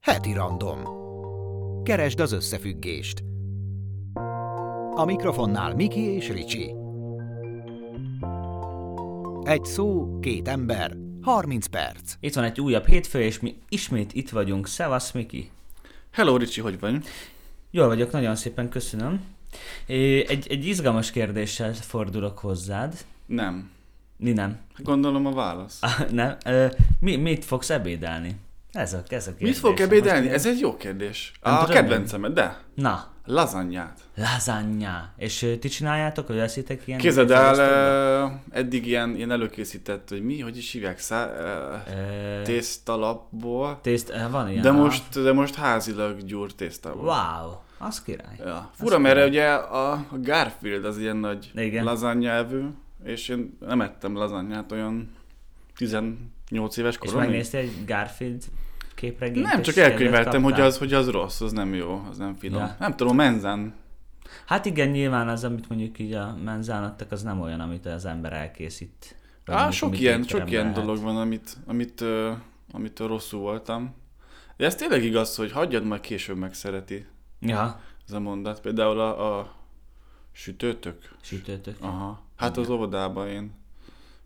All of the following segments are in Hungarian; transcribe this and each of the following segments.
Heti random. Keresd az összefüggést. A mikrofonnál Miki és Ricsi. Egy szó, két ember, 30 perc. Itt van egy újabb hétfő, és mi ismét itt vagyunk. Szevasz, Miki! Hello, Ricsi, hogy vagy? Jól vagyok, nagyon szépen köszönöm. É, Egy, egy izgalmas kérdéssel fordulok hozzád. Nem. Mi nem? Gondolom a válasz. Ah, nem. Ö, Mi, mit fogsz ebédelni? Ez a, ez a kérdés. Mit fogok ebédelni? Ez egy jó kérdés. A tudod kedvencemet, de. Na, Lazanyát. lazanya. És ö, ti csináljátok, hogy eszitek ilyen? Képzeld el, fogyasztóba? eh, eddig ilyen, ilyen előkészített, hogy mi, hogy is hívják, szá, eh, Ö, tésztalapból, Tészt, ö, van ilyen. de aha. most, de most házilag gyúr tésztából. Wow, az király. Ja. Fura, mert ugye a a Garfield az ilyen nagy Igen. lazanya evő, és én nem ettem lazanyát olyan 18 éves És koromig. megnéztél egy Garfield képregényt? Nem, és csak kedvet elkönyveltem, hogy kaptál? az, hogy az rossz, az nem jó, az nem finom. Ja. Ja. Nem tudom, menzen. Hát igen, nyilván az, amit mondjuk így a menzán adtak, az nem olyan, amit az ember elkészít. Vagy Á, amit- sok amit ilyen, étteremben sok ilyen lehet. dolog van, amit, amit, ö, amitől rosszul voltam. De ez tényleg igaz, hogy hagyjad, majd később megszereti Ja, ez a mondat. Például a, a sütőtök. sütőtök. Aha. Hát az óvodában én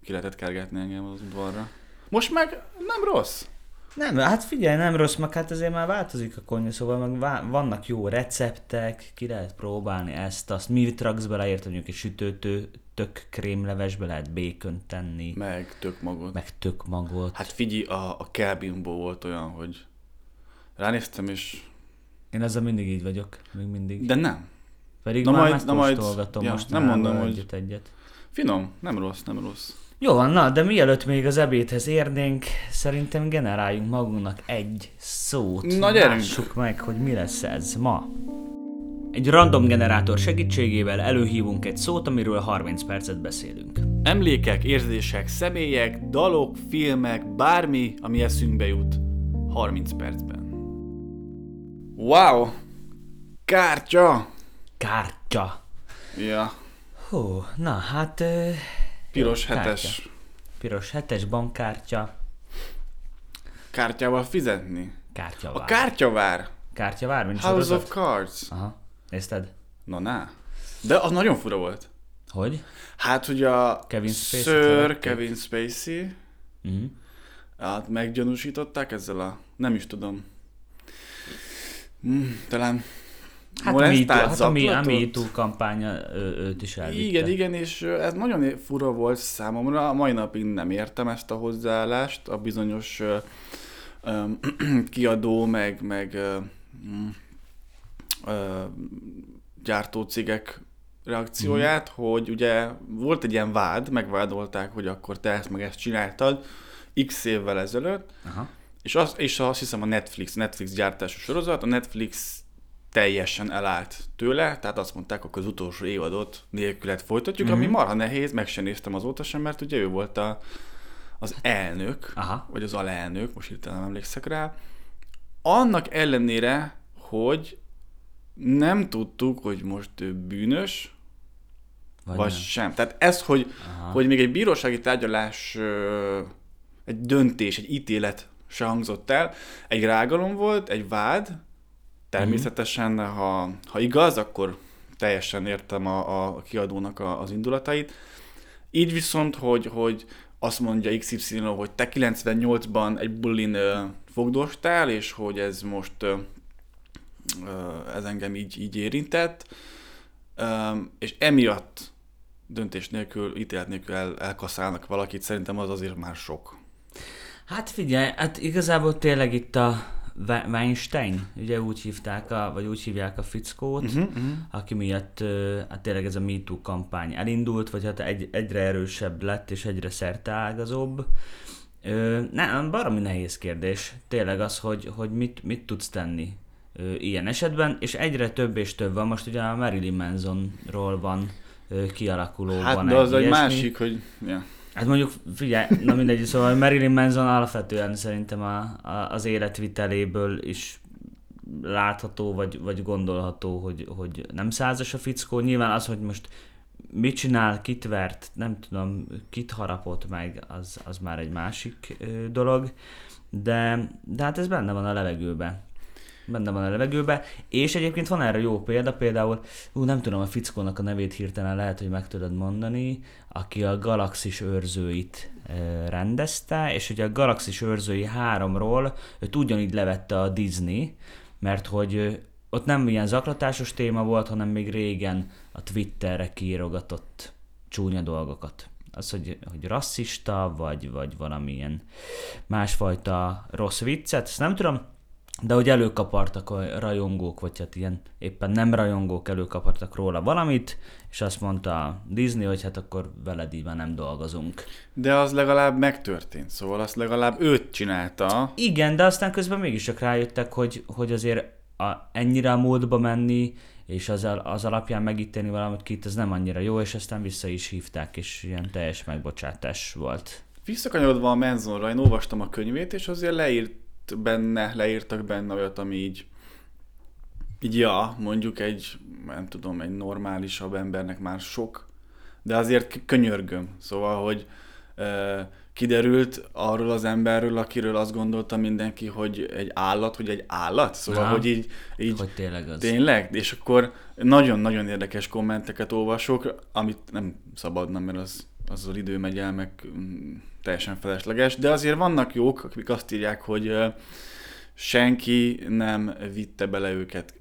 ki lehetett kergetni engem az udvarra. Most meg nem rossz. Nem, hát figyelj, nem rossz, meg hát azért már változik a konyha, szóval meg vá- vannak jó receptek, ki lehet próbálni ezt, azt. Mi raksz bele, érted, mondjuk egy sütőtő, tök krémlevesbe lehet békön tenni, Meg tök magad. meg tök magot. Hát figyelj, a, a Kelbinból volt olyan, hogy ránéztem és... Én ezzel mindig így vagyok, még mindig. De nem. Pedig Na már majd- majd, na majd- megkóstolgatom ja, most nem mondom, hogy- egyet-egyet. Finom, nem rossz, nem rossz. Jó van, na, de mielőtt még az ebédhez érnénk, szerintem generáljunk magunknak egy szót. Na, gyerünk! Lássuk meg, hogy mi lesz ez ma. Egy random generátor segítségével előhívunk egy szót, amiről 30 percet beszélünk. Emlékek, érzések, személyek, dalok, filmek, bármi, ami eszünkbe jut. 30 percben. Wow! Kártya! Kártya. Ja, Hú, na hát... ö, piros Kártya. hetes. Piros hetes bankkártya. Kártyával fizetni. Kártyavár. A kártyavár! Kártyavár, mint House sorozat? of Cards. Aha, nézted? Na na. De az nagyon fura volt. Hogy? Hát, hogy a Kevin Spacey-t Sir levették. Kevin Spacey Mhm. hát meggyanúsították ezzel a... Nem is tudom. Mm, talán Hát a molesztált MeToo hát a Me- a zaklatott? MeToo kampánya ö, őt is elvitte. Igen, igen, és ö, ez nagyon fura volt számomra. A mai napig nem értem ezt a hozzáállást, a bizonyos ö, ö, kiadó, meg, meg ö, mm, ö, gyártócégek reakcióját, Mhm. mm. hogy ugye volt egy ilyen vád, megvádolták, hogy akkor te ezt meg ezt csináltad x évvel ezelőtt, Aha. és, az, és azt hiszem a Netflix, Netflix gyártású sorozat, a Netflix teljesen elállt tőle, tehát azt mondták, akkor az utolsó évadot nélkület folytatjuk, Mhm. mm-hmm. ami marha nehéz, meg sem néztem azóta sem, mert ugye ő volt a, az elnök, Hát- Aha. vagy az alelnök, most hirtelen nem emlékszek rá. Annak ellenére, hogy nem tudtuk, hogy most ő bűnös, Vagy, vagy nem. sem. Tehát ez, hogy, Aha. hogy még egy bírósági tárgyalás, ö, egy döntés, egy ítélet se hangzott el, egy rágalom volt, egy vád, természetesen, Mhm. ha, ha igaz, akkor teljesen értem a, a kiadónak a, az indulatait. Így viszont, hogy, hogy azt mondja XY, hogy te 98-ban egy bulin ö, fogdostál, és hogy ez most ö, ö, ez engem így, így érintett, Öm, és emiatt döntés nélkül, ítélet nélkül el, elkaszálnak valakit, szerintem az azért már sok. Hát figyelj, hát igazából tényleg itt a We- Weinstein, ugye úgy hívták, a, vagy úgy hívják a fickót, Mhm, uh-huh, uh-huh. aki miatt ö, hát tényleg ez a MeToo kampány elindult, vagy hát egy, egyre erősebb lett, és egyre szerteágazóbb. Ö, nem, baromi nehéz kérdés. Tényleg az, hogy, hogy mit, mit tudsz tenni ö, ilyen esetben, és egyre több és több van. Most ugye a Marilyn Mansonról van ö, kialakulóban Hát, de az egy ilyesmi. másik, hogy... Ja. Hát mondjuk, figyelj, na mindegy, szóval Marilyn Manson alapvetően szerintem a, a, az életviteléből is látható, vagy, vagy gondolható, hogy, hogy nem százas a fickó. Nyilván az, hogy most mit csinál, kit vert, nem tudom, kit harapott meg, az, az már egy másik ö, dolog, de, de hát ez benne van a levegőben. benne van a levegőbe, és egyébként van erre jó példa, például, ú, nem tudom a fickónak a nevét hirtelen lehet, hogy meg tudod mondani, aki a galaxis őrzőit ö, rendezte, és ugye a galaxis őrzői 3-ról őt ugyanígy levette a Disney, mert hogy ö, ott nem ilyen zaklatásos téma volt, hanem még régen a Twitterre kiírogatott csúnya dolgokat. Az, hogy, hogy rasszista, vagy, vagy valamilyen másfajta rossz viccet, ezt nem tudom, de hogy előkapartak a rajongók, vagy hát ilyen éppen nem rajongók előkapartak róla valamit, és azt mondta a Disney, hogy hát akkor veled így már nem dolgozunk. De az legalább megtörtént, szóval azt legalább őt csinálta. Igen, de aztán közben mégis csak rájöttek, hogy, hogy azért a, ennyire a módba menni, és az, al- az alapján megítélni valamit ki, ez nem annyira jó, és aztán vissza is hívták, és ilyen teljes megbocsátás volt. Visszakanyarodva a Menzonra, én olvastam a könyvét, és azért leírt benne, leírtak benne olyat, ami így, így ja, mondjuk egy, nem tudom, egy normálisabb embernek már sok, de azért k- könyörgöm. Szóval, hogy ö, kiderült arról az emberről, akiről azt gondolta mindenki, hogy egy állat, hogy egy állat. Szóval, Aha. hogy így, így Hogy tényleg az. Tényleg? És akkor nagyon-nagyon érdekes kommenteket olvasok, amit nem szabadna, mert az, azzal idő megy el, meg mm, teljesen felesleges, de azért vannak jók, akik azt írják, hogy ö, senki nem vitte bele őket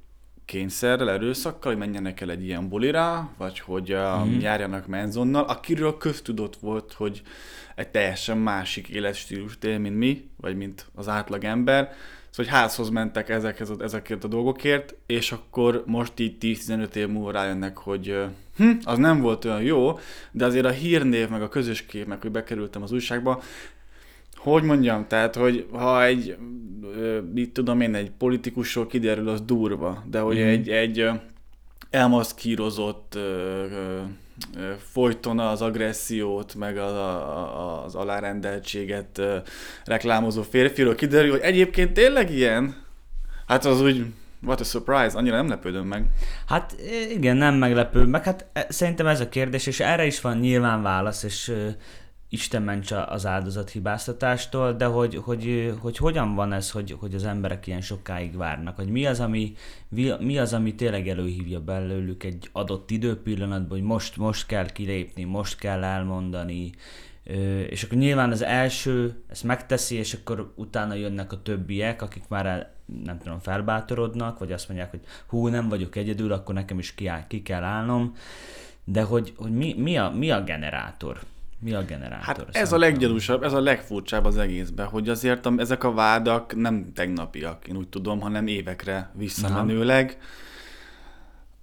kényszerrel, erőszakkal, hogy menjenek el egy ilyen bulira, vagy hogy mm. járjanak menzonnal, akiről köztudott volt, hogy egy teljesen másik életstílust él, mint mi, vagy mint az átlagember. Szóval, hogy házhoz mentek ezekhez, a- ezekért a dolgokért, és akkor most így 10-15 év múlva rájönnek, hogy ö, hm, az nem volt olyan jó, de azért a hírnév, meg a közös kép, meg hogy bekerültem az újságba, hogy mondjam, tehát, hogy ha egy, ö, mit tudom én, egy politikusról kiderül, az durva, de hogy Mhm. egy, egy ö, elmaszkírozott, ö, ö, ö, folyton az agressziót, meg az, a, a- az alárendeltséget ö, reklámozó férfiról kiderül, hogy egyébként tényleg ilyen? Hát az úgy, what a surprise, annyira nem lepődöm meg. Hát igen, nem meglepő, meg hát e, szerintem ez a kérdés, és erre is van nyilván válasz, és ö, Isten ments a- az áldozat hibáztatástól, de hogy, hogy, ö, hogy hogyan van ez, hogy, hogy az emberek ilyen sokáig várnak, hogy mi az, ami, vi- mi az, ami tényleg előhívja belőlük egy adott időpillanatban, hogy most, most kell kilépni, most kell elmondani, Ö, és akkor nyilván az első ezt megteszi, és akkor utána jönnek a többiek, akik már el, nem tudom, felbátorodnak, vagy azt mondják, hogy hú, nem vagyok egyedül, akkor nekem is ki, ki kell állnom. De hogy, hogy mi, mi, a, mi a generátor? Mi a generátor? Hát ez a szerintem? leggyanúsabb, ez a legfurcsább az egészben, hogy azért a, ezek a vádak nem tegnapiak, én úgy tudom, hanem évekre visszamenőleg.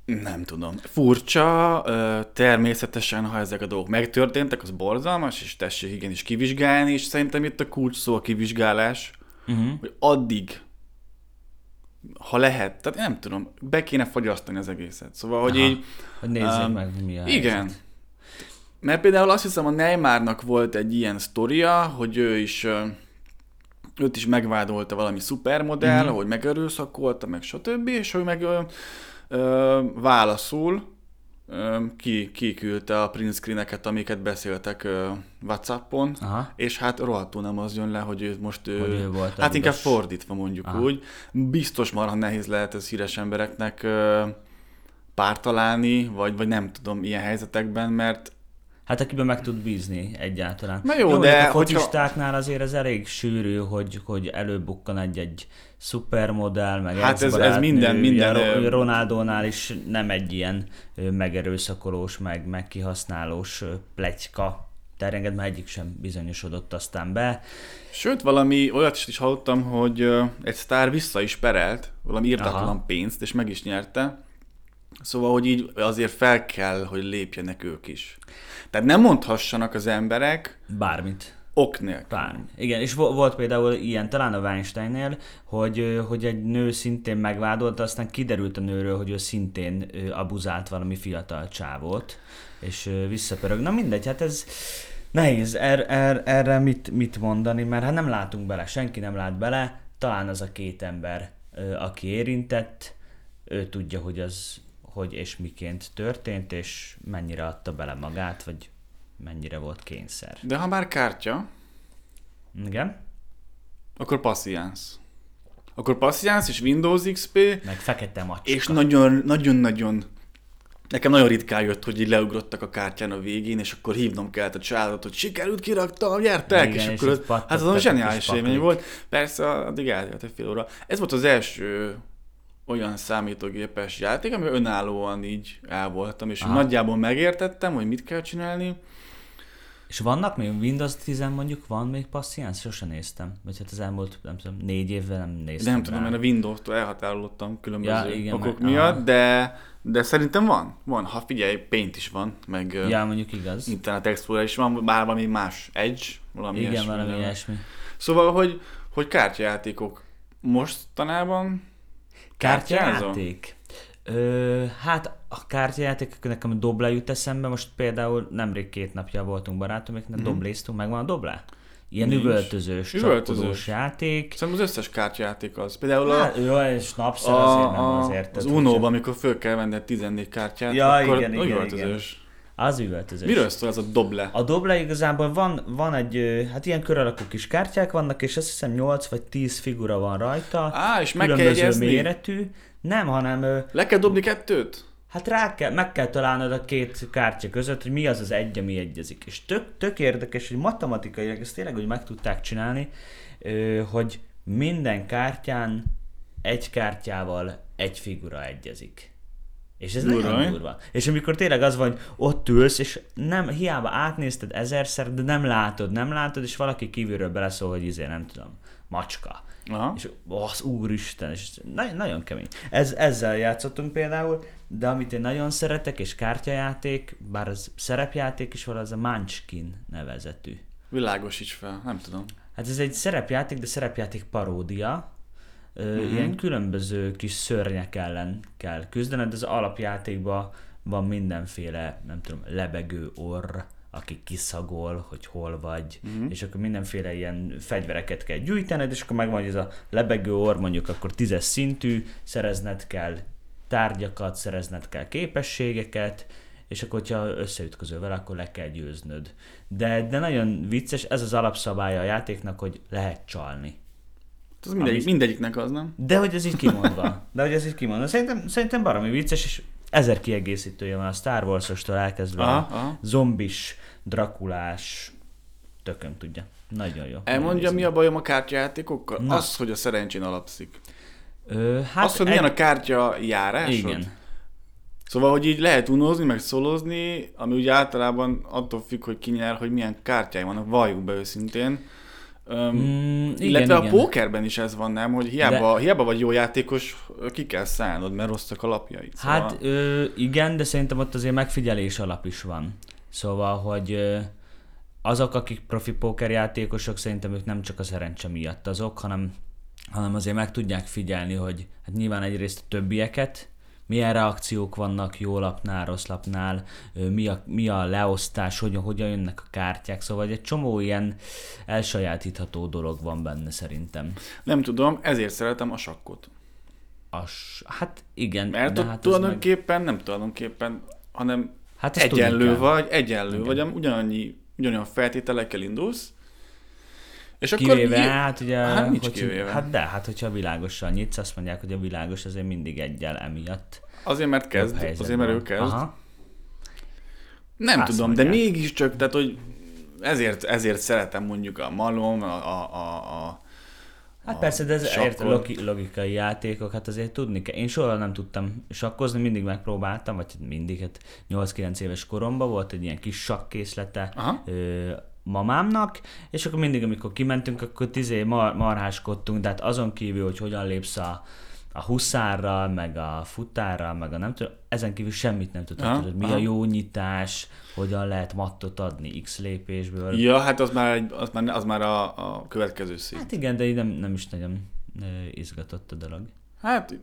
Nem tudom. Furcsa, ö, természetesen, ha ezek a dolgok megtörténtek, az borzalmas, és tessék igenis kivizsgálni, és szerintem itt a kulcs szó a kivizsgálás, Mhm. hogy addig, ha lehet, tehát nem tudom, be kéne fogyasztani az egészet. Szóval, hogy Aha. így Hogy nézzék Um, meg, mi a igen. Mert például azt hiszem, a Neymarnak volt egy ilyen sztoria, hogy ő is ö, őt is megvádolta valami szupermodell, Mhm. mm-hmm. hogy megerőszakolta, meg stb., és ő meg ö, ö, válaszul ö, ki, kiküldte a print screeneket, amiket beszéltek ö, Whatsappon, Aha. és hát rohadtul nem az jön le, hogy ő most ő, Hogy ő volt a hát inkább hibás. fordítva mondjuk Aha. úgy. Biztos marha nehéz lehet ez híres embereknek ö, párt találni, vagy, vagy nem tudom, ilyen helyzetekben, mert Hát akiben meg tud bízni egyáltalán. Na jó, de mondjuk a hogyha- focistáknál azért ez elég sűrű, hogy, hogy előbukkan egy-egy szupermodell, meg Hát egy ez- ez barátnő, minden- ugye minden, Ro- ö- Ronaldónál is nem egy ilyen ö, megerőszakolós, meg, meg kihasználós ö, pletyka terjenged, mert egyik sem bizonyosodott aztán be. sőt, valami olyat is, is hallottam, hogy ö, egy sztár vissza is perelt valami írtatlan Aha. pénzt, és meg is nyerte. Szóval, hogy így azért fel kell, hogy lépjenek ők is. Tehát nem mondhassanak az emberek Bármit. ok nélkül. Bármi. Igen, és vo- volt például ilyen, talán a Weinsteinnél, hogy, ö, hogy egy nő szintén megvádolta, aztán kiderült a nőről, hogy ő szintén ö, abuzált valami fiatal csávót, és ö, visszapörög. Na mindegy, hát ez nehéz er, er, erre mit, mit mondani, mert hát nem látunk bele, senki nem lát bele, talán az a két ember, ö, aki érintett, ő tudja, hogy az hogy és miként történt, és mennyire adta bele magát, vagy mennyire volt kényszer. De ha már kártya, Igen? akkor passziánsz. Akkor Passions és Windows XP, meg fekete macska. és nagyon, nagyon-nagyon Nekem nagyon ritkán jött, hogy így leugrottak a kártyán a végén, és akkor hívnom kellett a családot, hogy sikerült, kiraktam, gyertek! Igen, és, és akkor így az, hát azon pattogtak zseniális kis paklik. élmény volt. Persze, addig eltelt egy fél óra. Ez volt az első olyan számítógépes játék, amivel önállóan így el voltam, és Aha. nagyjából megértettem, hogy mit kell csinálni. És vannak még Windows 10 mondjuk, van még passziánsz? Sose néztem. Vagy hát az elmúlt, nem tudom, négy évvel nem De néztem nem tudom, rá. mert a Windows-tól elhatárolódtam különböző Ja, ja, igen, igen, okok meg- miatt, aha. de, de szerintem van. Van, ha figyelj, Paint is van, meg ja. Ja, mondjuk igaz. Internet Explorer is van, bár valami más, Edge, valami Igen, ilyesmi, valami de- ilyesmi. Szóval, hogy, hogy kártyajátékok mostanában kártyázol? Kártyajáték? Ö, hát a kártyajáték, nekem a dobla jut eszembe, most például nemrég két napja voltunk barátomiknak, mm. dobléztunk, megvan a doblá? Ilyen Mhm. Nincs. üvöltözős, Üvöltözős. csapkodós játék. Szerintem az összes kártyajáték az. Például a, Hát, jó, és a, napszal azért nem a, azért. az tehát, hogy Uno-ban, csak- amikor föl kell venned 14 kártyát, Ja, akkor igen, igen, üvöltözős. Az üvöltözős. Miről szól ez a doble? A dobla igazából van, van egy, ö, hát ilyen kör alakú kis kártyák vannak, és azt hiszem 8 vagy 10 figura van rajta. Á, és meg kell különböző jegyezni? méretű. Nem, hanem ö, Le kell dobni kettőt? Hát rá kell, meg kell találnod a két kártya között, hogy mi az az egy, ami egyezik. És tök, tök érdekes, hogy matematikailag ezt tényleg úgy meg tudták csinálni, ö, hogy minden kártyán egy kártyával egy figura egyezik. És ez Durva, mi? nagyon durva. És amikor tényleg az van, hogy ott ülsz, és nem, hiába átnézted ezerszer, de nem látod, nem látod, és valaki kívülről beleszól, hogy izé, nem tudom, macska. Aha. És az úristen, és na- nagyon kemény. Ez, ezzel játszottunk például, de amit én nagyon szeretek, és kártyajáték, bár az szerepjáték is van, az a Munchkin nevezetű. Világosíts fel, nem tudom. Hát ez egy szerepjáték, de szerepjáték paródia. Ö, uh-huh. Ilyen különböző kis szörnyek ellen kell küzdened, az alapjátékban van mindenféle, nem tudom, lebegő orr, aki kiszagol, hogy hol vagy, uh-huh. és akkor mindenféle ilyen fegyvereket kell gyűjtened, és akkor megvan, hogy ez a lebegő orr mondjuk akkor tízes szintű, szerezned kell tárgyakat, szerezned kell képességeket, és akkor, hogyha összeütközöl vele, akkor le kell győznöd. De, de nagyon vicces, ez az alapszabálya a játéknak, hogy lehet csalni. Ez mindegyik, mindegyiknek az, nem? De hogy ez így kimondva. De hogy ez így kimondva. Szerintem, szerintem baromi vicces, és ezer kiegészítője van a Star Wars-ostól elkezdve. Aha, a aha. Zombis, drakulás, tököm tudja. Nagyon jó. Elmondja, Nagyon mi a bajom a kártyajátékokkal? Na. Az, hogy a szerencsén alapszik. vicces. Ö, hát Hát az, hogy milyen a kártya járásod? Igen. Szóval, hogy így lehet unózni, meg szolozni, ami ugye általában attól függ, hogy ki nyer, hogy milyen kártyái vannak, valljuk be őszintén. Öm, mm, Mm, igen, illetve igen. a pókerben is ez van, nem? Hogy hiába, De... hiába vagy jó játékos, ki kell szállnod, mert rosszak a lapjaid. Szóval Hát ö, igen, de szerintem ott azért megfigyelés alap is van. Szóval, hogy ö, azok, akik profi pókerjátékosok, szerintem ők nem csak a szerencse miatt azok, hanem, hanem azért meg tudják figyelni, hogy hát nyilván egyrészt a többieket, milyen reakciók vannak jó lapnál, rossz lapnál, ö, mi a, mi a leosztás, hogyan, hogyan jönnek a kártyák, szóval egy csomó ilyen elsajátítható dolog van benne szerintem. nem tudom, ezért szeretem a sakkot. As, hát igen, Mert de ott hát ez meg, tulajdonképpen, nem tulajdonképpen, hanem hát ezt tudni egyenlő kell. vagy, egyenlő vagy, am- ugyanannyi, ugyanolyan feltételekkel indulsz, és akkor Kivéve, i- hát ugye... hát nincs hogyha- kivéve. Hát de, hát hogyha világosan nyitsz, azt mondják, hogy a világos azért mindig egyel emiatt. azért mert jobb kezd, helyzetben azért mert ő van. kezd. Aha. Nem Azt Azt tudom, mondják. de mégiscsak, tehát hogy ezért, ezért szeretem mondjuk a malom, a, a, a, a Hát a persze, de ez sakkon. ért, logi- logikai játékok, hát azért tudni kell. Én soha nem tudtam sakkozni, mindig megpróbáltam, vagy hát mindig, hát 8-9 éves koromban volt egy ilyen kis sakkészlete Aha. ö, mamámnak, és akkor mindig, amikor kimentünk, akkor tizé mar- marháskodtunk, de hát azon kívül, hogy hogyan lépsz a, a huszárral, meg a futárral, meg a nem tudom, ezen kívül semmit nem tudtam, Aha, tudod, mi a aha. jó nyitás, hogyan lehet mattot adni X lépésből. Ja, hát az már, egy, az már, az már a, a következő szín. Hát igen, de így nem, nem is nagyon ö, izgatott a dolog. Hát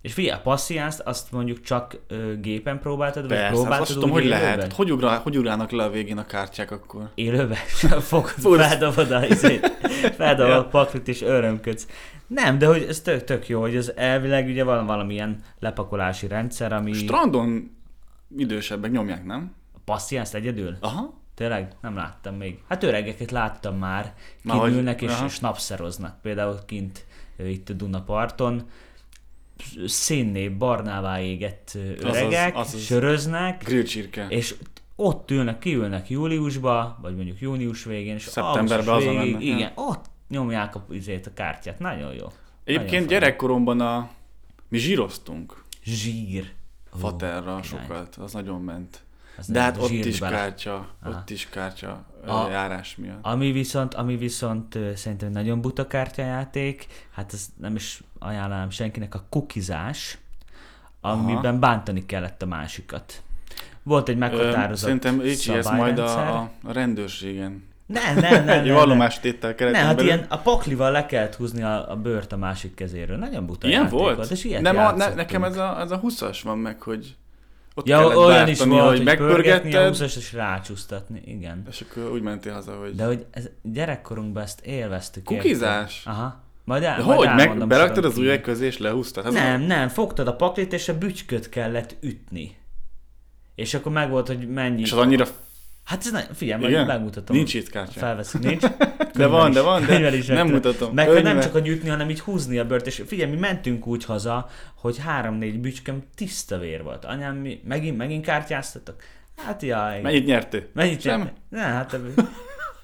És figyelj, a passziánzt azt mondjuk csak ö, gépen próbáltad, vagy persze, hát próbáltad azt tudom, hogy élőben? lehet. Hát, hogy, ugrál, hogy ugrálnak le a végén a kártyák akkor? Élőben? Fog, feldobod a, izét, feldobod a paklit és örömködsz. Nem, de hogy ez tök, tök jó, hogy az elvileg ugye van valamilyen lepakolási rendszer, ami Strandon idősebbek nyomják, nem? a passziánzt egyedül? Aha. Tényleg? Nem láttam még. Hát öregeket láttam már, Na, hogy- kinülnek és, aha. és napszeroznak. Például kint ö, itt a Dunaparton színné, barnává égett ö, Azaz, öregek, azaz, azaz. azaz. söröznek, Grillcsirke. és ott ülnek, kiülnek júliusba, vagy mondjuk június végén, és Szeptemberbe augusztus haza végig, mennek, Igen, ott nyomják a, izét, a kártyát. Nagyon jó. Egyébként Nagyon gyerekkoromban a... mi zsíroztunk Zsír. Ó, faterra király. sokat, az nagyon ment. Az De nem, hát ott zsírbe is bele. kártya, Aha. ott is kártya ö, A- járás miatt. Ami viszont, ami viszont ö, szerintem nagyon buta kártyajáték, hát ez nem is ajánlanám senkinek, a kukizás, amiben Aha. bántani kellett a másikat. Volt egy Ö, meghatározott Szerintem Ricsi ezt majd a, szabályrendszer. a a rendőrségen Nem, nem, nem. egy nem, nem. vallomástétel Nem, keretében hát belül. ilyen a paklival le kellett húzni a, a bőrt a másik kezéről. Nagyon buta Ilyen játék volt? És ilyet nem, a, ne, játszottunk. nekem ez a, ez a 20-as van meg, hogy ott Ja, kellett olyan is volt, hogy hogy pörgetni a megpörgetted, húzás és rácsúsztatni. Igen. és akkor úgy mentél haza, hogy... De hogy ez, gyerekkorunkban ezt élveztük. Kukizás? érted? Aha. Majd el, De majd hogy? Meg, elmondom beraktad soron az kívül. ujjak közé és lehúztad? Hát Ez Nem, nem, fogtad a paklit, és a bütyköt kellett ütni. És akkor megvolt, hogy mennyi. És az annyira... Hát ez ne, figyelj, majd Igen? megmutatom. Nincs itt kártya. Felveszek, nincs. De Könyvvel van, is- de van, de könyvvel is nem vettem. mutatom. Meg kell nem Könyve. csak a gyűjtni, hanem így húzni a bört, és figyelj, mi mentünk úgy haza, hogy három-négy bücskem tiszta vér volt. Anyám, mi megint, megint kártyáztatok? Hát jaj. Mennyit nyertél? Mennyit Sem? nem? Ne, hát ebből-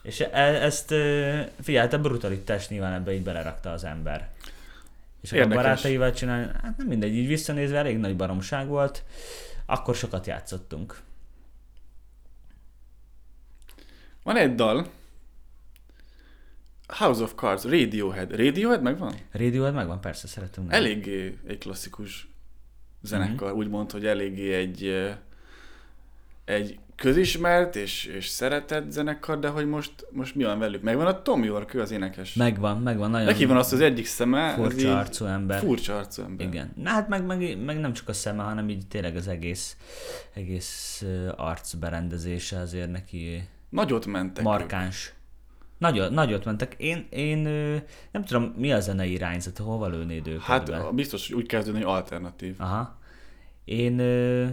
És e- ezt, ö, figyelj, hát a brutalitás nyilván ebbe így belerakta az ember. És akkor a Érdekes. barátaival csinálni, hát nem mindegy, így visszanézve elég nagy baromság volt. Akkor sokat játszottunk. Van egy dal. House of Cards, Radiohead. Radiohead megvan? Radiohead megvan, persze, szeretünk. neki. Eléggé egy klasszikus zenekar, Mhm. mm-hmm. úgymond, hogy eléggé egy ö, egy közismert és, és szeretett zenekar, de hogy most, most mi van velük? Megvan a Tom York, ő az énekes. Megvan, megvan, nagyon Neki van az az egyik szeme, az furcsa így arcú ember. furcsa arcú ember. Igen. Na hát meg, meg, meg, nem csak a szeme, hanem így tényleg az egész, egész ö, arc berendezése azért neki Nagyot mentek. ők. markáns. Nagyot, nagyot mentek. Én, én ö, nem tudom, mi a zenei irányzat, hova lőnéd őket Hát be? a- biztos, hogy úgy kezdődni, hogy alternatív. Aha. Én ö,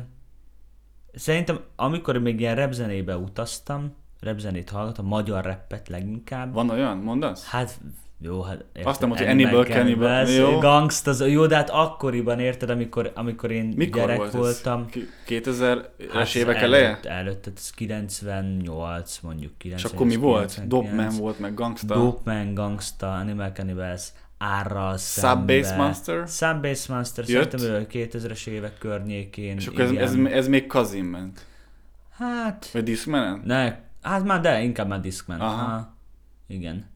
szerintem, amikor még ilyen repzenébe utaztam, repzenét hallgattam, magyar reppet leginkább. Van olyan? Mondasz? Hát jó, hát... Érted, Azt nem mondta, hogy Hannibal Cannibal, jó. Gangst, az, jó, de hát akkoriban érted, amikor, amikor én Mikor gyerek volt voltam. ez? 2000-es Hát évek előtt- eleje? Előtt, tehát ez 98, mondjuk 98. És akkor mi volt? 99. Dopman volt, meg Gangsta. Dopman, Gangsta, Animal Cannibals, Árral Subbase Master? Subbase Master, Jött? szerintem ő a 2000-es évek környékén. És akkor ez, ez, igen. ez, még Kazin ment. Hát, Vagy Discmanen? ne, hát már de, inkább már Discman. Aha. Aha. Igen.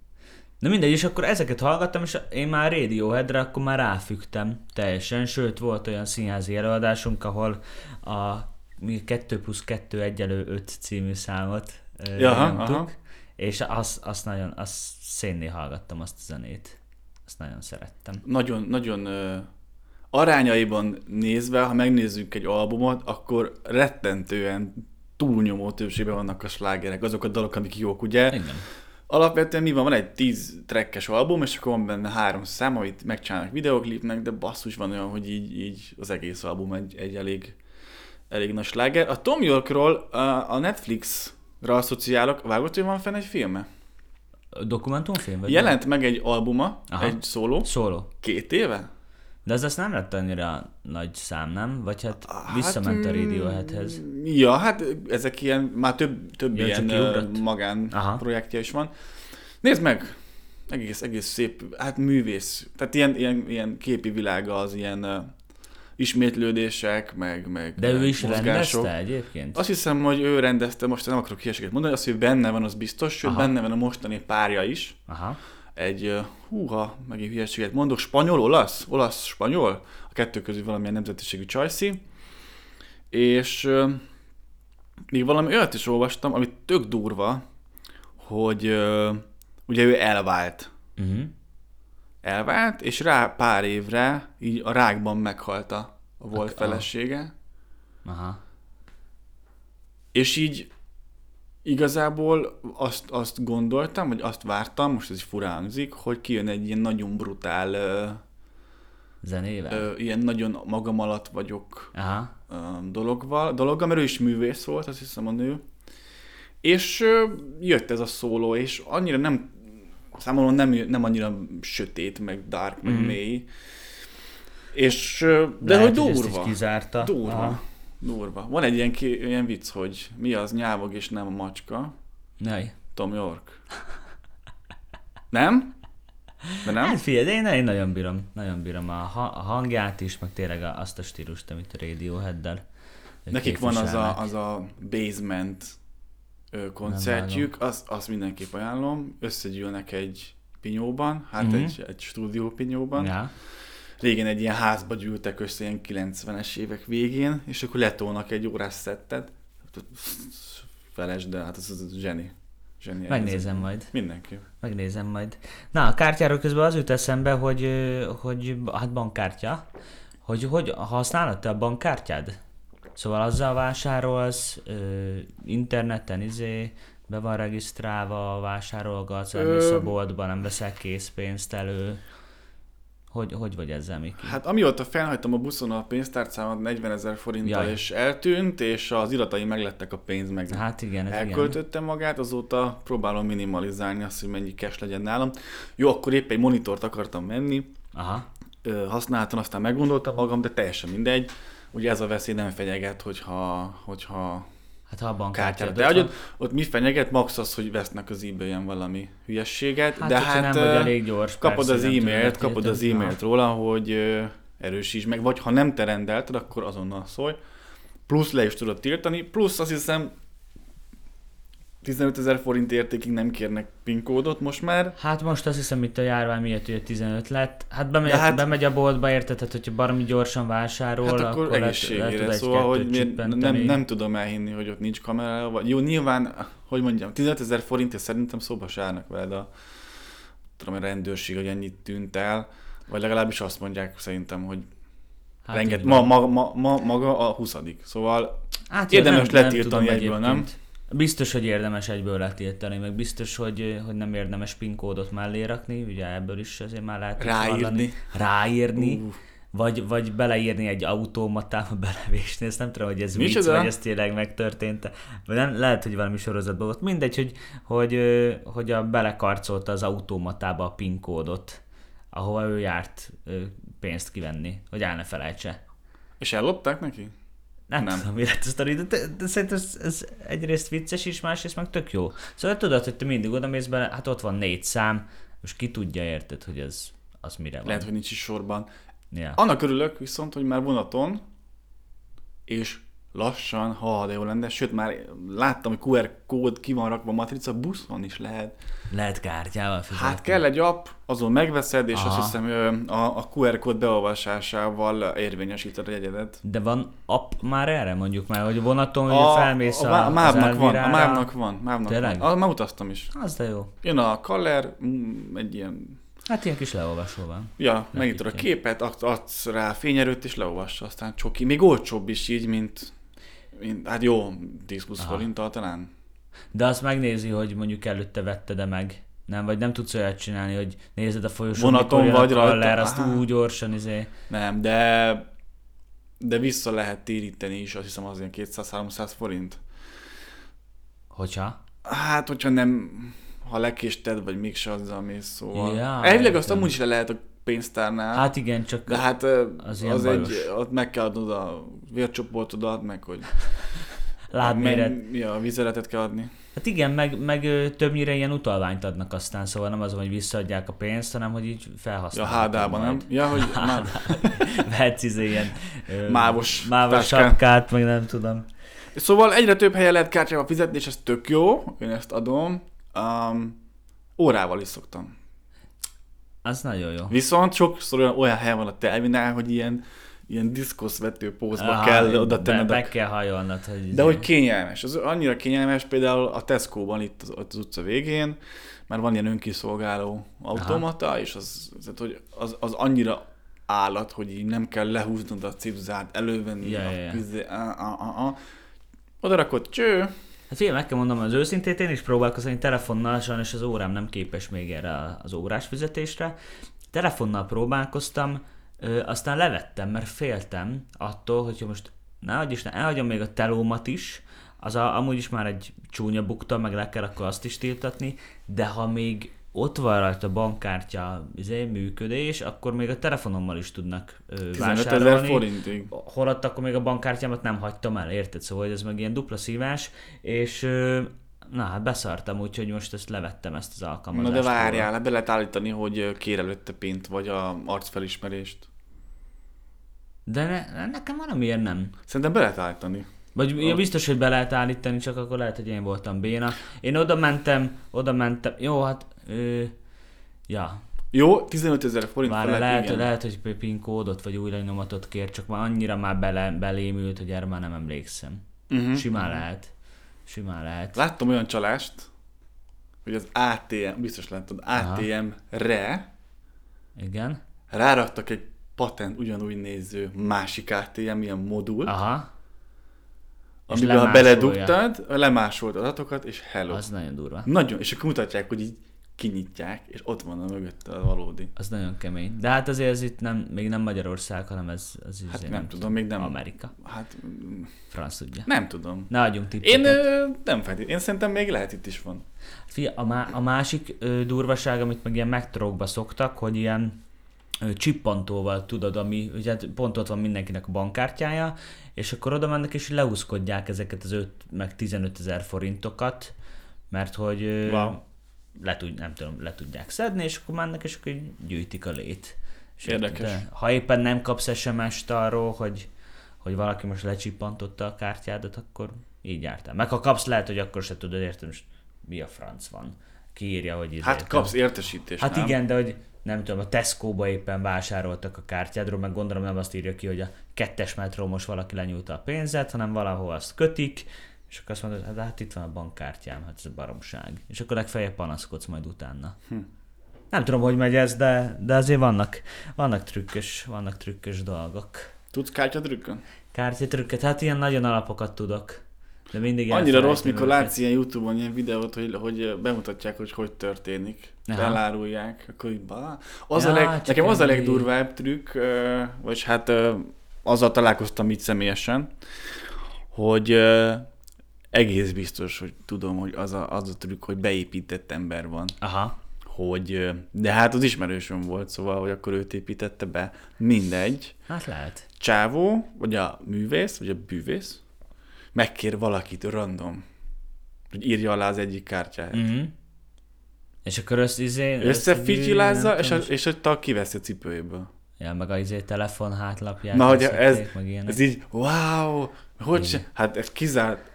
Na mindegy, és akkor ezeket hallgattam, és én már Radioheadre akkor már ráfügtem teljesen, sőt volt olyan színházi előadásunk, ahol a mi 2 plusz 2 egyelő 5 című számot ö, Ja, aha, nyomtuk, aha. és azt, azt nagyon, azt szénné hallgattam azt a zenét. Azt nagyon szerettem. Nagyon, nagyon ö, arányaiban nézve, ha megnézzük egy albumot, akkor rettentően túlnyomó többségben vannak a slágerek, azok a dalok, amik jók, ugye? Igen. Alapvetően mi van? Van egy 10 trekkes album, és akkor van benne három szám, amit megcsinálnak videoklipnek, de basszus van olyan, hogy így, így az egész album egy, egy elég, elég nagy sláger. A Tom Yorkról a, a Netflixra asszociálok, vágott, hogy van fenn egy filme? Dokumentumfilm? Vagy Jelent meg egy albuma, Aha. Aha. egy szóló, Szóló. két éve? De az azt nem lett annyira nagy szám, nem? Vagy hát visszament mm, a Radioheadhez. Ja, hát ezek ilyen, már több, több Ja, csak ilyen kiugrott. magán Aha. projektje is van. Nézd meg! Egész, egész szép, hát művész. Tehát ilyen, ilyen, ilyen képi világa az ilyen ö, ismétlődések, meg, meg De ő is mozgások. rendezte egyébként? Azt hiszem, hogy ő rendezte, most nem akarok hülyeséget mondani, az, hogy benne van, az biztos, sőt, Aha. benne van a mostani párja is. Aha. egy, ö, húha, megint hülyeséget mondok, spanyol-olasz, olasz-spanyol, a kettő közül valamilyen nemzetiségű csajszi, és ö, még valami olyat is olvastam, ami tök durva, hogy ö, ugye ő elvált. Uh-huh. Elvált, és rá pár évre így a rákban meghalt a a volt Ak- a- felesége, Aha. és így igazából azt, azt gondoltam, vagy azt vártam, most ez is furán hangzik, hogy kijön egy ilyen nagyon brutál ö, Zenével? ö, ilyen nagyon magam alatt vagyok Aha. ö, dologval, dologgal, mert ő is művész volt, azt hiszem a nő, És ö, jött ez a szóló, és annyira nem, számomra nem, nem annyira sötét, meg dark, meg mm. mély. És, ö, de Mhm. Lehet, hogy hogy ezt durva. is kizárta. Durva. Aha. Durva. Van egy ilyen, ki, ilyen vicc, hogy mi az nyávog és nem a macska. Jaj. Tom York. Nem? De nem? Hát figyelj, de én, én nagyon bírom, nagyon bírom a, ha- a hangját is, meg tényleg a- azt a stílust, amit a Radiohead-del Nekik van az képviselnek. a, az a basement ö, koncertjük, azt az mindenképp ajánlom. Összegyűlnek egy pinyóban, hát Mhm. egy, egy stúdió pinyóban. Ja. Régen egy ilyen házba gyűltek össze, ilyen 90-es évek végén, és akkor letolnak egy órás szettet. Felesd, de hát az, az, az zseni. zseni Megnézem majd. Mindenképp. Megnézem majd. Na, a kártyáról közben az jut eszembe, hogy, ö, hogy hát bankkártya, hogy, hogy használod te a bankkártyád? Szóval azzal vásárolsz, ö, interneten izé, be van regisztrálva, vásárolgatsz, elmész a boltba, nem veszel készpénzt elő. Hogy, hogy vagy ezzel, Miki? Hát amióta felhagytam a buszon a pénztárcámat 40 ezer forinttal, Jaj. és eltűnt, és az iratai meglettek a pénz, meg Hát igen, ez igen. elköltötte magát, azóta próbálom minimalizálni azt, hogy mennyi cash legyen nálam. Jó, akkor épp egy monitort akartam menni, Aha. ö, használtam, aztán meggondoltam magam, de teljesen mindegy. Ugye ez a veszély nem fenyeget, hogyha, hogyha Hát ha a kártyát. bankkártyád De hogy van, ott, ott mi fenyeget, max az, hogy vesznek az ebay valami hülyességet, Hát, de hogyha hát nem vagy ö, elég gyors, kapod persze, az nem hát e-mailt, tudod kapod az elkölteni. e-mailt róla, hogy ö, erősítsd meg, vagy ha nem te rendelted, akkor azonnal szólj, plusz le is tudod tiltani, plusz azt hiszem 15 ezer forint értékig nem kérnek PIN kódot most már, Hát most azt hiszem itt a járvány miatt ugye 15 lett. Hát bemegy, De hát- hát, bemegy a boltba, érted? Tehát, hogyha valami gyorsan vásárol, hát akkor, akkor egészségére, szóval hogy miért- nem, nem tudom elhinni, hogy ott nincs kamera, vagy jó, nyilván, hogy mondjam, 15 ezer forintért szerintem szóba se állnak veled a tudom, a rendőrség, hogy ennyit tűnt el, vagy legalábbis azt mondják szerintem, hogy hát, Renget, így van. ma, ma, ma, ma, maga a 20 Szóval Hát, érdemes letiltani tudom egyből, nem? egyébként. Biztos, hogy érdemes egyből letiltani, meg biztos, hogy, hogy nem érdemes PIN kódot mellé rakni, ugye ebből is azért már lehet itt Ráírni. hallani. Ráírni. Ú. Vagy, vagy beleírni egy automatába belevésni, ezt nem tudom, hogy ez vicc, Micsoda? vagy ez tényleg megtörtént. Vagy nem, lehet, hogy valami sorozatban volt. Mindegy, hogy, hogy, ö, hogy a belekarcolta az automatába a PIN kódot, ahova ő járt ö, pénzt kivenni, hogy el ne felejtse. és ellopták neki? Nem, Nem. nem. tudom, mi lett a sztori, de, de, de szerintem ez, ez egyrészt vicces is, másrészt meg tök jó. Szóval tudod, hogy te mindig oda mész bele, hát ott van négy szám, most ki tudja érted, hogy ez az mire van. Lehet, hogy nincs is sorban. Ja. Annak örülök viszont, hogy már vonaton, és lassan, ha de jó lenne, sőt már láttam, hogy QR kód ki van rakva a matrica, buszon is lehet. Lehet kártyával fizetni. Hát kell egy app, azon megveszed, és Aha. Aha. azt hiszem ö, a, a QR kód beolvasásával érvényesíted a jegyedet. De van app már erre mondjuk már, hogy vonaton, A, hogy felmész a, a, a mávnak az van, a Elvirára. mávnak van, mávnak Tényleg? van. A, már utaztam is. Az de jó. Jön a Kaller, mm, egy ilyen Hát ilyen kis leolvasó van. Ja, megnyitod a képet, ad- adsz rá fényerőt, és leolvassa, aztán csoki. Még olcsóbb is így, mint, mint hát jó, 10-20 forinttal talán. De azt megnézi, hogy mondjuk előtte vette de meg. Nem, vagy nem tudsz olyat csinálni, hogy nézed a folyosón, Vonaton vagy rajta. rajta. azt Aha. úgy gyorsan izé. Nem, de de vissza lehet téríteni is, azt hiszem az ilyen 200-300 forint. Hogyha? Hát, hogyha nem, ha lekésted, vagy mégse azzal mész, szóval. Ja, Elvileg azt értem. amúgy is le lehet a pénztárnál. Hát igen, csak... De hát ö, Az az, ilyen az bajos. egy, ott meg kell adnod a vércsoportodat, meg hogy Lábméret. men- ja, a vizeletet kell adni. Hát igen, meg, meg ö, többnyire ilyen utalványt adnak aztán, szóval nem az, van, hogy visszaadják a pénzt, hanem hogy így Ja, felhasználják. hádában, nem? Ja, hogy már, Vehetsz izé ilyen ö, Mávos mávos táskát. sapkát, meg nem tudom. Szóval egyre több helyen lehet kártyával fizetni, és ez tök jó, én ezt adom. Um, órával is szoktam. Az nagyon jó. Viszont sokszor olyan, olyan hely van a terminál, hogy ilyen, ilyen diszkoszvető pózba Aha, kell oda be, tenned. be a- kell hajolnod, hogy... De hogy kényelmes, az annyira kényelmes, például a Tesco-ban itt az, ott az utca végén, már van ilyen önkiszolgáló automata, Aha. és az, tehát, hogy az, az annyira állat, hogy így nem kell lehúznod a cipzát, elővenni Ja, a ja, ja. küzde, a, a, a, a. Oda rakod cső, Hát figyelj, meg kell mondanom az őszintét, én is próbálkozom telefonnal, sajnos az órám nem képes még erre a- az órás fizetésre. Telefonnal próbálkoztam, ö, aztán levettem, mert féltem attól, hogyha most ne adj is, ne elhagyom még a telómat is, az a, amúgy is már egy csúnya bukta, meg le kell akkor azt is tiltatni, de ha még ott van rajta bankkártya izé, működés, akkor még a telefonommal is tudnak ö, 15 ezer vásárolni forintig. holott akkor még a bankkártyámat nem hagytam el, érted? Szóval hogy ez meg ilyen dupla szívás, és ö, na hát beszartam, úgyhogy most ezt levettem ezt az Na alkalmazást. de várjál, le be lehet állítani, hogy kér előtte pénzt, vagy a arcfelismerést. De ne, ne- nekem valamiért nem. Szerintem be lehet állítani. Vagy ja, biztos, hogy be lehet állítani, csak akkor lehet, hogy én voltam béna. Én oda mentem, oda mentem, jó, hát, ö, ja, Jó, 15 ezer forint Már felett, lehet, igen. lehet, hogy PIN kódot vagy új lenyomatot kér, csak már annyira már bele, belémült, hogy erre már nem emlékszem. Mhm. Uh-huh. Simán lehet. Simán lehet. Láttam olyan csalást, hogy az ATM, biztos láttad, ATM-re Igen. ráraktak egy patent ugyanúgy néző másik ATM, ilyen modul, Aha. Ah, És amiben ha lemásolja. beledugtad, lemásolt adatokat, és hello. Az nagyon durva. Nagyon, és akkor mutatják, hogy így kinyitják, és ott van a mögötte a valódi. Az nagyon kemény. De hát azért ez itt nem, még nem Magyarország, hanem ez az Hát nem, tudom, még nem. Amerika. Hát mm, Franc tudja. nem tudom. Ne adjunk tippeket. Én ö, nem feltétlenül. Én szerintem még lehet itt is van. Figyelj, a, má- a másik ö, durvaság, amit meg ilyen megtorokba szoktak, hogy ilyen ö, csippantóval tudod, ami ugye hát pont ott van mindenkinek a bankkártyája, és akkor oda mennek és leúszkodják ezeket az 5 meg 15 ezer forintokat, mert hogy ö, Wow. le, tud, nem tudom, le tudják szedni, és akkor mennek és akkor így gyűjtik a lét. És Érdekes. De, ha éppen nem kapsz SMS-t arról, hogy, hogy valaki most lecsippantotta a kártyádat, akkor így jártál. Meg ha kapsz, lehet, hogy akkor se tudod, értem, most mi a franc van. Kiírja, hogy Hát izé- kapsz értesítést, Hát nem? igen, de hogy nem tudom, a Tesco-ba éppen vásároltak a kártyádról, meg gondolom nem azt írja ki, hogy a kettes metró most valaki lenyúlta a pénzet, hanem valahol azt kötik, és akkor azt mondod, hát, hát itt van a bankkártyám, hát ez baromság. És akkor legfeljebb panaszkodsz majd utána. Hm. Nem tudom, hogy megy ez, de, de azért vannak, vannak trükkös, vannak trükkös dolgok. Tudsz kártyatrükkön? Kártyatrükket, hát ilyen nagyon alapokat tudok. De mindig Annyira rossz, elfelejtem mikor őket. látsz ilyen Youtube-on ilyen videót, hogy, hogy bemutatják, hogy hogy történik. Aha. Elárulják, akkor így bá. Az Ja, a leg, csak nekem az a ennyi. legdurvább trükk, ö, vagy hát ö, azzal találkoztam így személyesen, hogy ö, egész biztos, hogy tudom, hogy az a, az a trükk, hogy beépített ember van. Aha. Hogy, ö, de hát az ismerősöm volt, szóval, hogy akkor őt építette be. Mindegy. Hát lehet. csávó, vagy a művész, vagy a bűvész megkér valakit random, hogy írja alá az egyik kártyáját. Mm. Mm-hmm. És akkor össz, izé, Összefigyilázza, nem és, a, tudom, és a tag kiveszi a cipőjéből. Ja, meg a izé telefon hátlapját. Na, hogy veszették, ez, meg ilyenek. ez így, wow, hogy se, hát ez kizárt.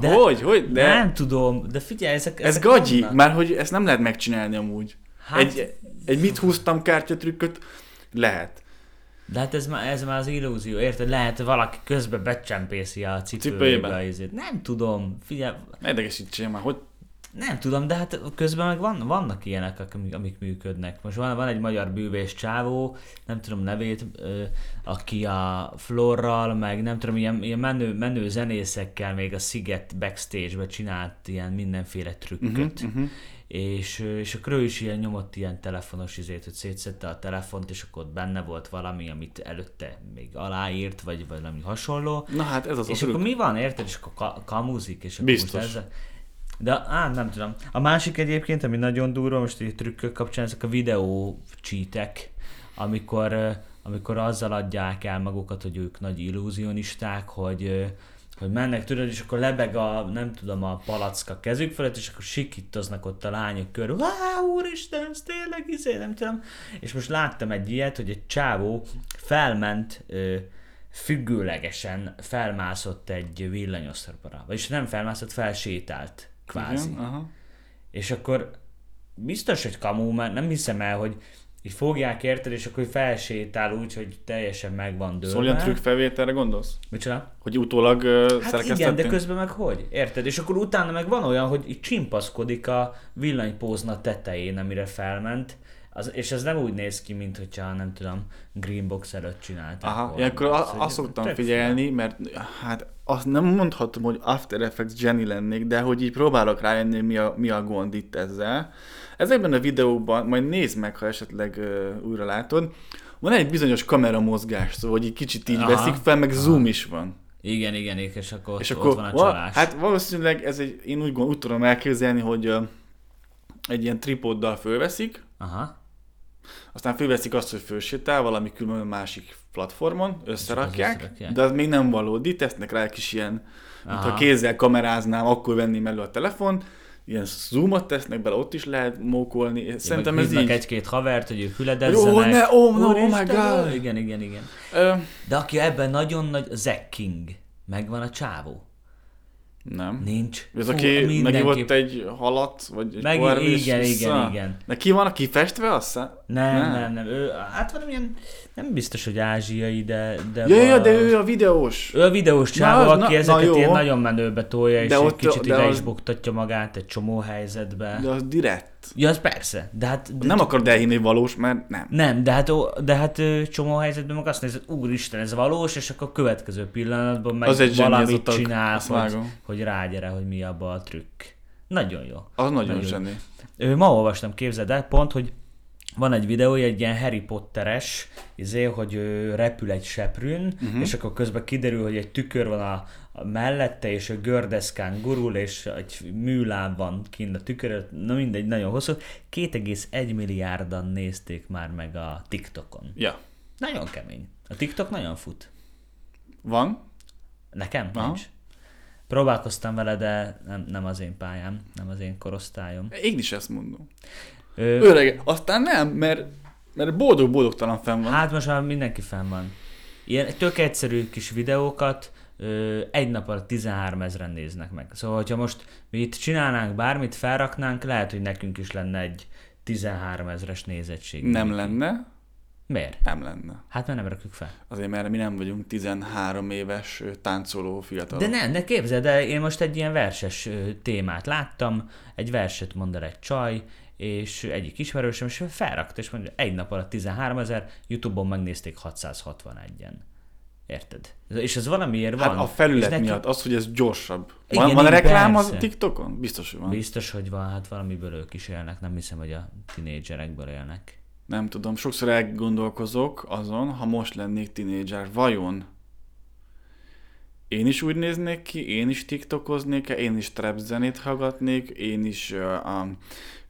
De- De, hogy, hogy, de Nem tudom, de figyelj, ezek, ez ezek gagyi, vannak. már hogy ezt nem lehet megcsinálni amúgy. Hát- Hát, egy, egy mit húztam kártyatrükköt, lehet. De hát ez már, ez már az illúzió, érted? Lehet, hogy valaki közbe becsempészi a cipőjébe. Cipőjébe. a izét. Nem tudom, figyelj, Ne idegesítsél már, hogy Nem tudom, de hát közben meg van, vannak ilyenek, amik, amik működnek. Most van, van egy magyar bűvés csávó, nem tudom nevét, ö, aki a Florral, meg nem tudom, ilyen, ilyen menő, menő zenészekkel még a Sziget backstage-be csinált ilyen mindenféle trükköt. Uh-huh, uh-huh. És, ö, és akkor ő is ilyen nyomott ilyen telefonos izét, hogy szétszedte a telefont, és akkor ott benne volt valami, amit előtte még aláírt, vagy vagy valami hasonló. na hát ez az És a akkor trükk. mi van, érted? És akkor ka- kamuzik, és akkor Biztos. most ezzel... De á, nem tudom. A másik egyébként, ami nagyon durva, most így trükkök kapcsán, ezek a videó csítek, amikor, ö, amikor azzal adják el magukat, hogy ők nagy illúzionisták, hogy, ö, hogy mennek tőled, és akkor lebeg a, nem tudom, a palacka kezük felett, és akkor sikítoznak ott a lányok körül. Á, úristen, ez tényleg izé, nem tudom. És most láttam egy ilyet, hogy egy csávó felment ö, függőlegesen felmászott egy villanyoszorbara. Vagyis nem felmászott, felsétált kvázi. Igen, aha. És akkor biztos, hogy kamú, mert nem hiszem el, hogy így fogják érted, és akkor felsétál úgy, hogy teljesen meg van dőlve. Szóval olyan trükkfelvételre gondolsz? Micsoda? Hogy utólag uh, Hát igen, de szerkesztettél? közben meg hogy? Érted? És akkor utána meg van olyan, hogy így csimpaszkodik a villanypózna tetején, amire felment. Az, és ez nem úgy néz ki, mint hogyha nem tudom, Greenbox előtt csinálták Aha, volna. ilyenkor Ez a- egy- azt szoktam tök figyelni, mert hát azt nem mondhatom, hogy After Effects Jenny lennék, de hogy így próbálok rájönni, mi a, mi a gond itt ezzel. Ezekben a videóban, majd nézd meg, ha esetleg uh, újra látod, van egy bizonyos kameramozgás, szóval hogy így kicsit így Aha. veszik fel, meg zoom is van. Igen, igen, igen, és akkor, És ott, akkor, ott van a csalás. hát valószínűleg ez egy, én úgy, gond- úgy tudom elképzelni, hogy ö, egy ilyen tripoddal fölveszik, Aha. aztán fölveszik azt, hogy fölsétál valami külön másik platformon, összerakják, összerakják. de az még nem valódi, tesznek rá egy kis ilyen, mintha Aha. kézzel kameráznám, akkor venném elő a telefon, ilyen zoomot tesznek bele, ott is lehet mókolni, és szerintem Vagy ez hívnak így. egy-két havert, hogy ők hüledezzenek. Jó, ne, ó, no, oh my Úristen, God. Igen, igen, igen. Ö, De aki ebben nagyon nagy, Zack King. Megvan a csávó. nem. Nincs. Ez Fú, aki mindenképp- megivott egy halat, vagy egy Meg- pohár vizet, és igen, igen, vissza? igen. De ki van, aki festve aztán? Nem, nem, nem. nem. Ő, hát valamilyen, nem biztos, hogy ázsiai, de... de Ja, ja, val- de ő a videós. Ő a videós csávó, Na, az- aki na- ezeket na jó. ilyen nagyon menőbe tolja, és De de egy ott- kicsit de ide az- is buktatja magát egy csomó helyzetbe. De az direkt. Ja, az persze, de hát... De, Nem akarod elhinni, hogy valós, mert nem. nem, de hát, ó- de hát ö, csomó helyzetben meg azt nézed, úristen, ez valós, és akkor a következő pillanatban meg Az egy zseni, valamit az a tag, csinál, azt hogy, vágom. hogy rágyere, hogy mi abba a trükk. Nagyon jó. Az nagyon Nagyon. zseni. Ő, ma olvastam, képzeld el, pont, hogy van egy videója, egy ilyen Harry Potteres, izé, hogy ő repül egy seprűn, uh-huh. és akkor közben kiderül, hogy egy tükör van a, a mellette, és ő gördeszkán gurul, és egy műláb van kint a tükör, na mindegy, nagyon hosszú. 2,1 milliárdan nézték már meg a TikTokon. Ja. Nagyon kemény. A TikTok nagyon fut. Van? Nekem Aha. nincs. Próbálkoztam vele, de nem, nem az én pályám, nem az én korosztályom. Én is ezt mondom. Ö, Öreg, aztán nem, mert, mert boldog-boldogtalan fenn van. Hát most már mindenki fenn van. Ilyen tök egyszerű kis videókat ö, egy nap alatt 13 ezeren néznek meg. Szóval, hogyha most mi itt csinálnánk bármit, felraknánk, lehet, hogy nekünk is lenne egy 13 ezeres nézettség. Nem lenne, Miért? nem lenne. Hát mert nem rakjuk fel. Azért, mert mi nem vagyunk 13 éves ö, táncoló fiatalok. De nem, de képzeld el, én most egy ilyen verses ö, témát láttam, egy verset mond el egy csaj, és egyik ismerősöm, és felrakta, és mondja, egy nap alatt 13 ezer, Youtube-on megnézték 661-en. Érted? És ez valamiért van. Hát a És felület neki- miatt, az, hogy ez gyorsabb. Igen, Van, van igen, reklám az persze. TikTokon? Biztos, hogy van. Biztos, hogy van, hát valamiből ők is élnek, nem hiszem, hogy a tinédzserekből élnek. Nem tudom, sokszor elgondolkozok azon, ha most lennék tinédzser, vajon én is úgy néznék ki, én is tiktokoznék-e, én is trap zenét hallgatnék, én is ö, a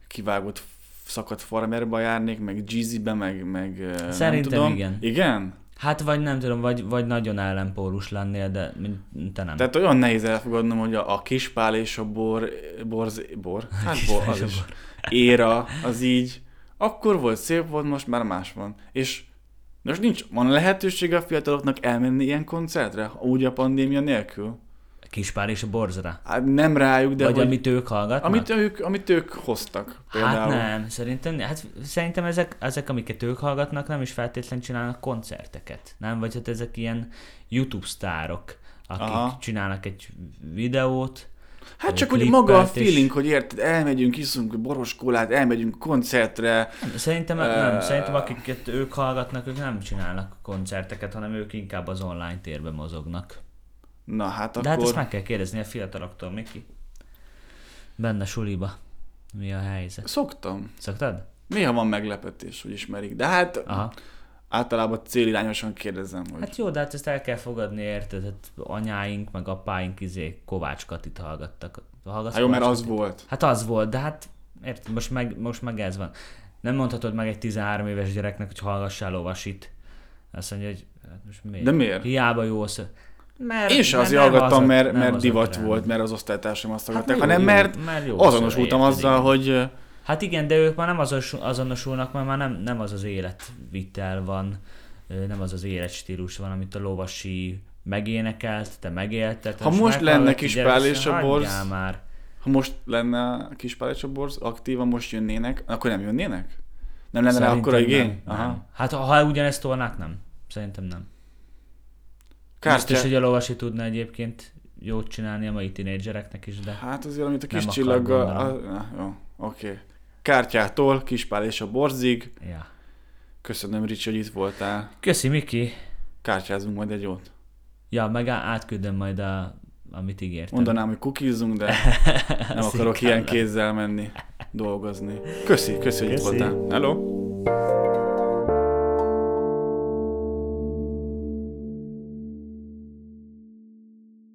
kivágott szakadt farmerba járnék, meg Jeezybe, meg, meg ö, Szerintem nem tudom. igen. Igen? Hát vagy nem tudom, vagy, vagy nagyon ellenpólus lennél, de mint te nem. Tehát olyan nehéz elfogadnom, hogy a, a kispál és a bor, borz, bor, hát bor, az is, éra, az így, akkor volt szép volt, most már más van. És most nincs, van lehetőség a fiataloknak elmenni ilyen koncertre, ha úgy a pandémia nélkül? Kispár és a borzra. Hát nem rájuk, de De vagy hogy, amit ők hallgatnak? amit, ők, amit ők hoztak Hát például. nem, szerintem, hát szerintem ezek, ezek, amiket ők hallgatnak, nem is feltétlenül csinálnak koncerteket, nem? Vagy hát ezek ilyen YouTube sztárok, akik Aha. Aha. csinálnak egy videót, Hát csak Ö, hogy maga a klippelt és- feeling, hogy érted, elmegyünk, iszunk boroskólát, elmegyünk koncertre, Szerintem nem, Eh. szerintem akiket ők hallgatnak, ők nem csinálnak koncerteket, hanem ők inkább az online térben mozognak. na hát De akkor... hát ezt meg kell kérdezni a fiataloktól, Miki. Benne suliba. Mi a helyzet? Szoktam. Szoktad? Néha van meglepetés, hogy ismerik, de hát Aha. általában célirányosan kérdezem, hogy Hát jó, de hát ezt el kell fogadni, érted? Hát anyáink, meg apáink izé Kovács Katit hallgattak. Hallgatsz hát jó, mert Kovács az volt. Hát az volt, de hát érted, most meg, most meg ez van. Nem mondhatod meg egy 13 éves gyereknek, hogy hallgassál lovasit. Azt mondja, hogy hát most miért? De miért? Hiába jó szó. Mert, Én se azért nem hallgattam, az a- mert, nem mert az a divat trend. Hát volt, mert az osztálytársaim azt hallgatták, jó, hanem jó, mert mert jó azonosultam szöveg, azzal, igen. hogy Hát igen, de ők már nem azos, azonosulnak, mert már nem, nem az az életvitel van, ö, nem az az életstílus van, amit a lovasi megénekelt, te megélted. Ha most lenne meghallgatod, kis gyerek, Pál azt és a mondja, borz- "Hagyjál már. ha most lenne a Kispál és a Borz aktívan, most jönnének, akkor nem jönnének? Nem lenne rá Szerintem akkora igény? Nem, nem. Hát ha- ha ugyanezt tolnák, nem. Szerintem nem. Biztos, Kártya. hogy a lovasi tudna egyébként jót csinálni a mai tinédzsereknek is, de... Hát azért, amit a kis akar csillaggal... gondolom. a- na, Jó, oké. Kártyától Kispál és a Borzig. Ja. Köszönöm, Ricsi, hogy itt voltál. Köszi, Miki. Kártyázunk majd egy jót. Ja, meg á- átküldöm majd a, amit ígértem. Mondanám, hogy kukizzunk, de nem akarok ilyen kézzel menni dolgozni. Köszi, köszi, hogy itt Köszi. voltál. Hello!